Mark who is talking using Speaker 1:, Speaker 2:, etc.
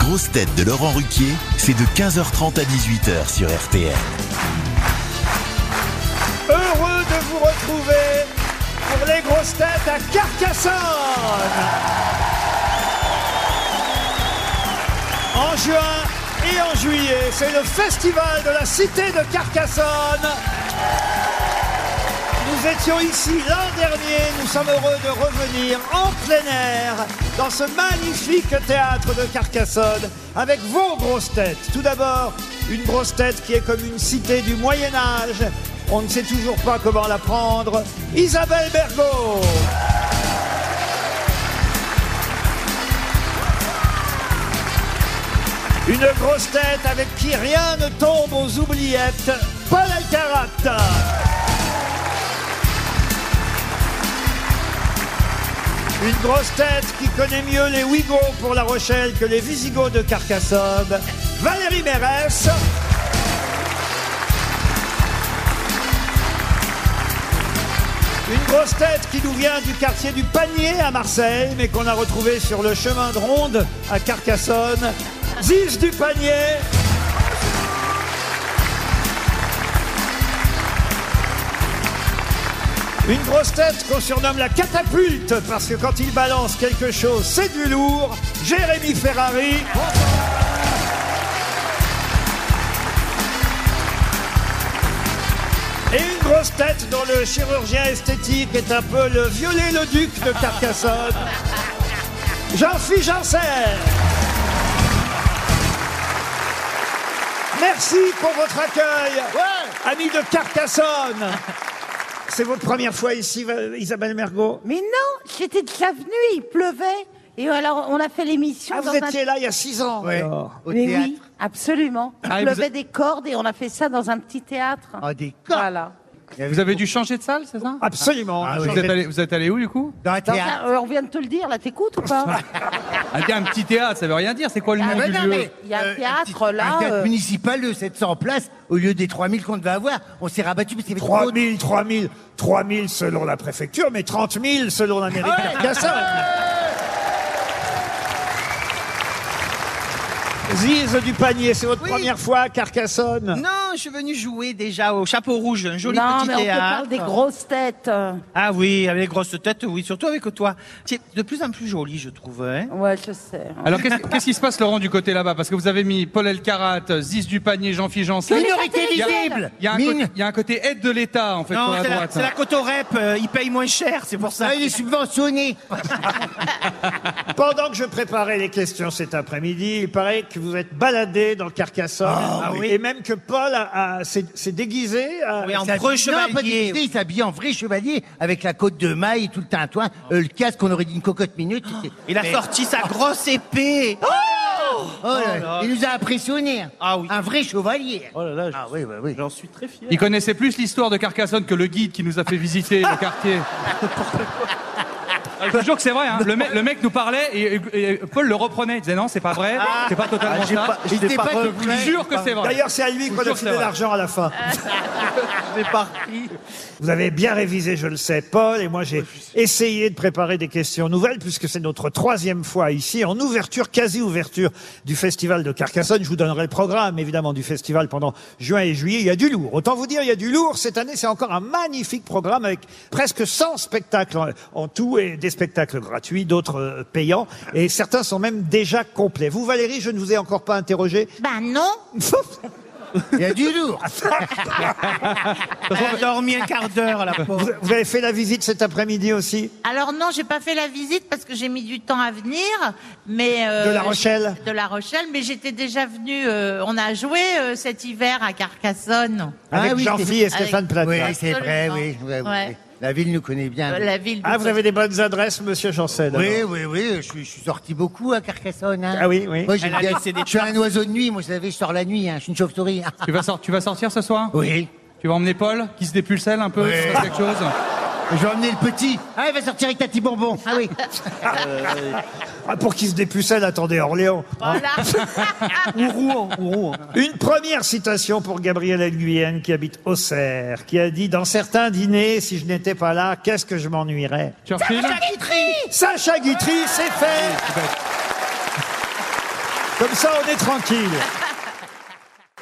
Speaker 1: grosses têtes de Laurent Ruquier, c'est de 15h30 à 18h sur RTL.
Speaker 2: Heureux de vous retrouver pour les grosses têtes à Carcassonne. En juin et en juillet, c'est le festival de la cité de Carcassonne. Nous étions ici l'an dernier, nous sommes heureux de revenir en plein air dans ce magnifique théâtre de Carcassonne avec vos grosses têtes. Tout d'abord, une grosse tête qui est comme une cité du Moyen Âge. On ne sait toujours pas comment la prendre. Isabelle Bergot. Une grosse tête avec qui rien ne tombe aux oubliettes. Paul Alcarat. Une grosse tête qui connaît mieux les Ouïghours pour La Rochelle que les Visigoths de Carcassonne. Valérie Mérès. Une grosse tête qui nous vient du quartier du Panier à Marseille, mais qu'on a retrouvée sur le chemin de ronde à Carcassonne. Ziz du Panier. Une grosse tête qu'on surnomme la catapulte parce que quand il balance quelque chose, c'est du lourd. Jérémy Ferrari. Et une grosse tête dont le chirurgien esthétique est un peu le violet le duc de Carcassonne. Jean-Philippe Janssen. Merci pour votre accueil, amis de Carcassonne. C'est votre première fois ici, Va- Isabelle Mergot
Speaker 3: Mais non, j'étais déjà venue, il pleuvait. Et alors, on a fait l'émission.
Speaker 2: Ah, vous
Speaker 3: dans un-
Speaker 2: étiez là il y a six ans.
Speaker 4: Ouais.
Speaker 2: alors.
Speaker 4: Au
Speaker 3: Mais
Speaker 4: théâtre.
Speaker 3: oui, absolument. Il
Speaker 4: Ah, et vous
Speaker 3: pleuvait
Speaker 4: a-
Speaker 3: des cordes et on a fait ça dans un petit théâtre.
Speaker 4: Ah, des corps.
Speaker 3: Voilà.
Speaker 5: Vous avez dû changer de salle, c'est ça
Speaker 2: Absolument.
Speaker 4: Ah, oui.
Speaker 5: vous, êtes allé, vous êtes allé où du coup
Speaker 4: Dans un
Speaker 3: Dans
Speaker 4: théâtre.
Speaker 3: un- euh, on vient de te le dire, là, t'écoutes ou pas
Speaker 5: un, Ah, un petit théâtre, ça veut rien dire. C'est quoi le
Speaker 3: Ah,
Speaker 5: nom
Speaker 3: mais
Speaker 5: du
Speaker 3: non,
Speaker 5: lieu
Speaker 3: mais- Il y a un
Speaker 4: Euh,
Speaker 3: théâtre,
Speaker 4: petit-
Speaker 3: là,
Speaker 4: Un théâtre
Speaker 3: euh,
Speaker 4: municipal de 700 places au lieu des 3000 qu'on devait avoir. On s'est rabattu parce qu'il y avait trop de-
Speaker 2: 3000, 3000, 3000 selon la préfecture, mais 30 000 selon la mairie de Carcassonne. Ziz du panier, c'est votre
Speaker 6: Oui.
Speaker 2: première fois à Carcassonne.
Speaker 6: Non, je suis venu jouer déjà au Chapeau Rouge, un joli
Speaker 3: Non,
Speaker 6: petit
Speaker 3: mais on te
Speaker 6: théâtre.
Speaker 3: parle des grosses têtes. euh.
Speaker 6: Ah oui, avec les grosses têtes, oui, surtout avec toi. Tu es de plus en plus jolie, je trouve. hein.
Speaker 3: Ouais, je sais.
Speaker 5: Alors qu'est-ce qu'est-ce qui se passe, Laurent, du côté là-bas Parce que vous avez mis Paul Elkarat, Ziz du Panier, Jean-Philippe Janssen.
Speaker 4: Minorité
Speaker 3: Il y a-
Speaker 4: visible
Speaker 5: Il y, a un
Speaker 4: Mine-
Speaker 5: côté- il y a un côté aide de l'État en fait
Speaker 6: Non,
Speaker 5: pour la
Speaker 6: c'est la,
Speaker 5: droite.
Speaker 6: c'est la cote au rep, euh, il paye moins cher, c'est pour ça.
Speaker 4: hein. Ah, il est subventionné
Speaker 2: Pendant que je préparais les questions cet après-midi, il paraît que vous êtes baladé dans Carcassonne.
Speaker 6: Ah oui.
Speaker 2: Et même que Paul a- a- s'est s'est déguisé. à-
Speaker 6: Oui, en
Speaker 4: Il s'habille-
Speaker 6: vrai
Speaker 4: Non, pas déguisé,
Speaker 6: chevalier.
Speaker 4: il s'habille en vrai chevalier avec la côte de maille et tout le tintouin, euh, le casque, on aurait dit une cocotte minute.
Speaker 6: Il a
Speaker 4: Mais-
Speaker 6: sorti sa grosse épée.
Speaker 4: Oh là là, il nous a impressionnés. hein.
Speaker 6: Ah oui.
Speaker 4: Un vrai chevalier.
Speaker 6: Oh là là, je-
Speaker 4: Ah oui, bah oui.
Speaker 6: j'en suis très fier.
Speaker 5: Il connaissait plus l'histoire de Carcassonne que le guide qui nous a fait visiter le quartier. Je vous jure que c'est vrai, hein. le, mec, le mec nous parlait et, et- et Paul le reprenait. Il disait non, c'est pas vrai, c'est pas totalement ça.
Speaker 4: Il était pas
Speaker 5: Je vous jure que c'est vrai.
Speaker 2: D'ailleurs, c'est à lui
Speaker 5: vous
Speaker 2: qu'on a
Speaker 5: jure que
Speaker 2: filé
Speaker 5: c'est vrai.
Speaker 2: l'argent à la fin. Vous avez bien révisé, je le sais, Paul, et moi j'ai essayé de préparer des questions nouvelles puisque c'est notre troisième fois ici, en ouverture, quasi-ouverture du festival de Carcassonne. Je vous donnerai le programme, évidemment, du festival pendant juin et juillet. Il y a du lourd. Autant vous dire, il y a du lourd. Cette année, c'est encore un magnifique programme avec presque 100 spectacles en, en tout et des spectacles gratuits, d'autres euh, payants, et certains sont même déjà complets. Vous, Valérie, je ne vous ai encore pas interrogé.
Speaker 7: Bah,
Speaker 3: Ben non
Speaker 4: Il y a du
Speaker 6: Ah,
Speaker 4: lourd.
Speaker 6: Elle a dormi un quart d'heure, la
Speaker 2: Vous,
Speaker 6: pauvre.
Speaker 2: vous avez fait la visite cet après-midi aussi
Speaker 7: Alors non, j'ai pas fait la visite parce que j'ai mis du temps à venir, mais euh,
Speaker 2: De La Rochelle
Speaker 7: de La Rochelle, mais j'étais déjà venue. euh, on a joué euh, cet hiver à Carcassonne.
Speaker 2: Avec
Speaker 4: Ah oui,
Speaker 2: Jean-Philippe et Stéphane Plaza.
Speaker 4: Oui, c'est vrai, oui. oui, oui.
Speaker 7: Ouais.
Speaker 4: La ville nous connaît bien.
Speaker 7: Euh, La ville. de-
Speaker 2: Ah, vous avez des bonnes adresses, monsieur Janssen. alors.
Speaker 4: Oui, oui, oui, je suis, je suis sorti beaucoup à Carcassonne. hein.
Speaker 2: Ah oui, oui.
Speaker 4: Moi, j'ai
Speaker 6: Elle a
Speaker 4: bien-
Speaker 6: laissé des
Speaker 4: Je suis un oiseau de nuit, moi, vous savez, je sors la nuit, hein, je suis une chauve-souris.
Speaker 5: Tu vas, sor- tu vas sortir ce soir
Speaker 4: Oui.
Speaker 5: Tu vas emmener Paul qui se dépulselle un peu
Speaker 4: Oui.
Speaker 5: il se passe quelque chose
Speaker 4: Je vais emmener le petit. Ah, il va sortir avec Tati Bonbon. Ah oui.
Speaker 2: Ah, pour qu'il se dépucelle, attendez, Orléans.
Speaker 7: Voilà.
Speaker 2: Une première citation pour Gabriel Nguyen, qui habite Auxerre, qui a dit Dans certains dîners, si je n'étais pas là, qu'est-ce que je m'ennuierais
Speaker 5: Churchill
Speaker 2: Sacha Guitry, c'est fait Comme ça, on est tranquille.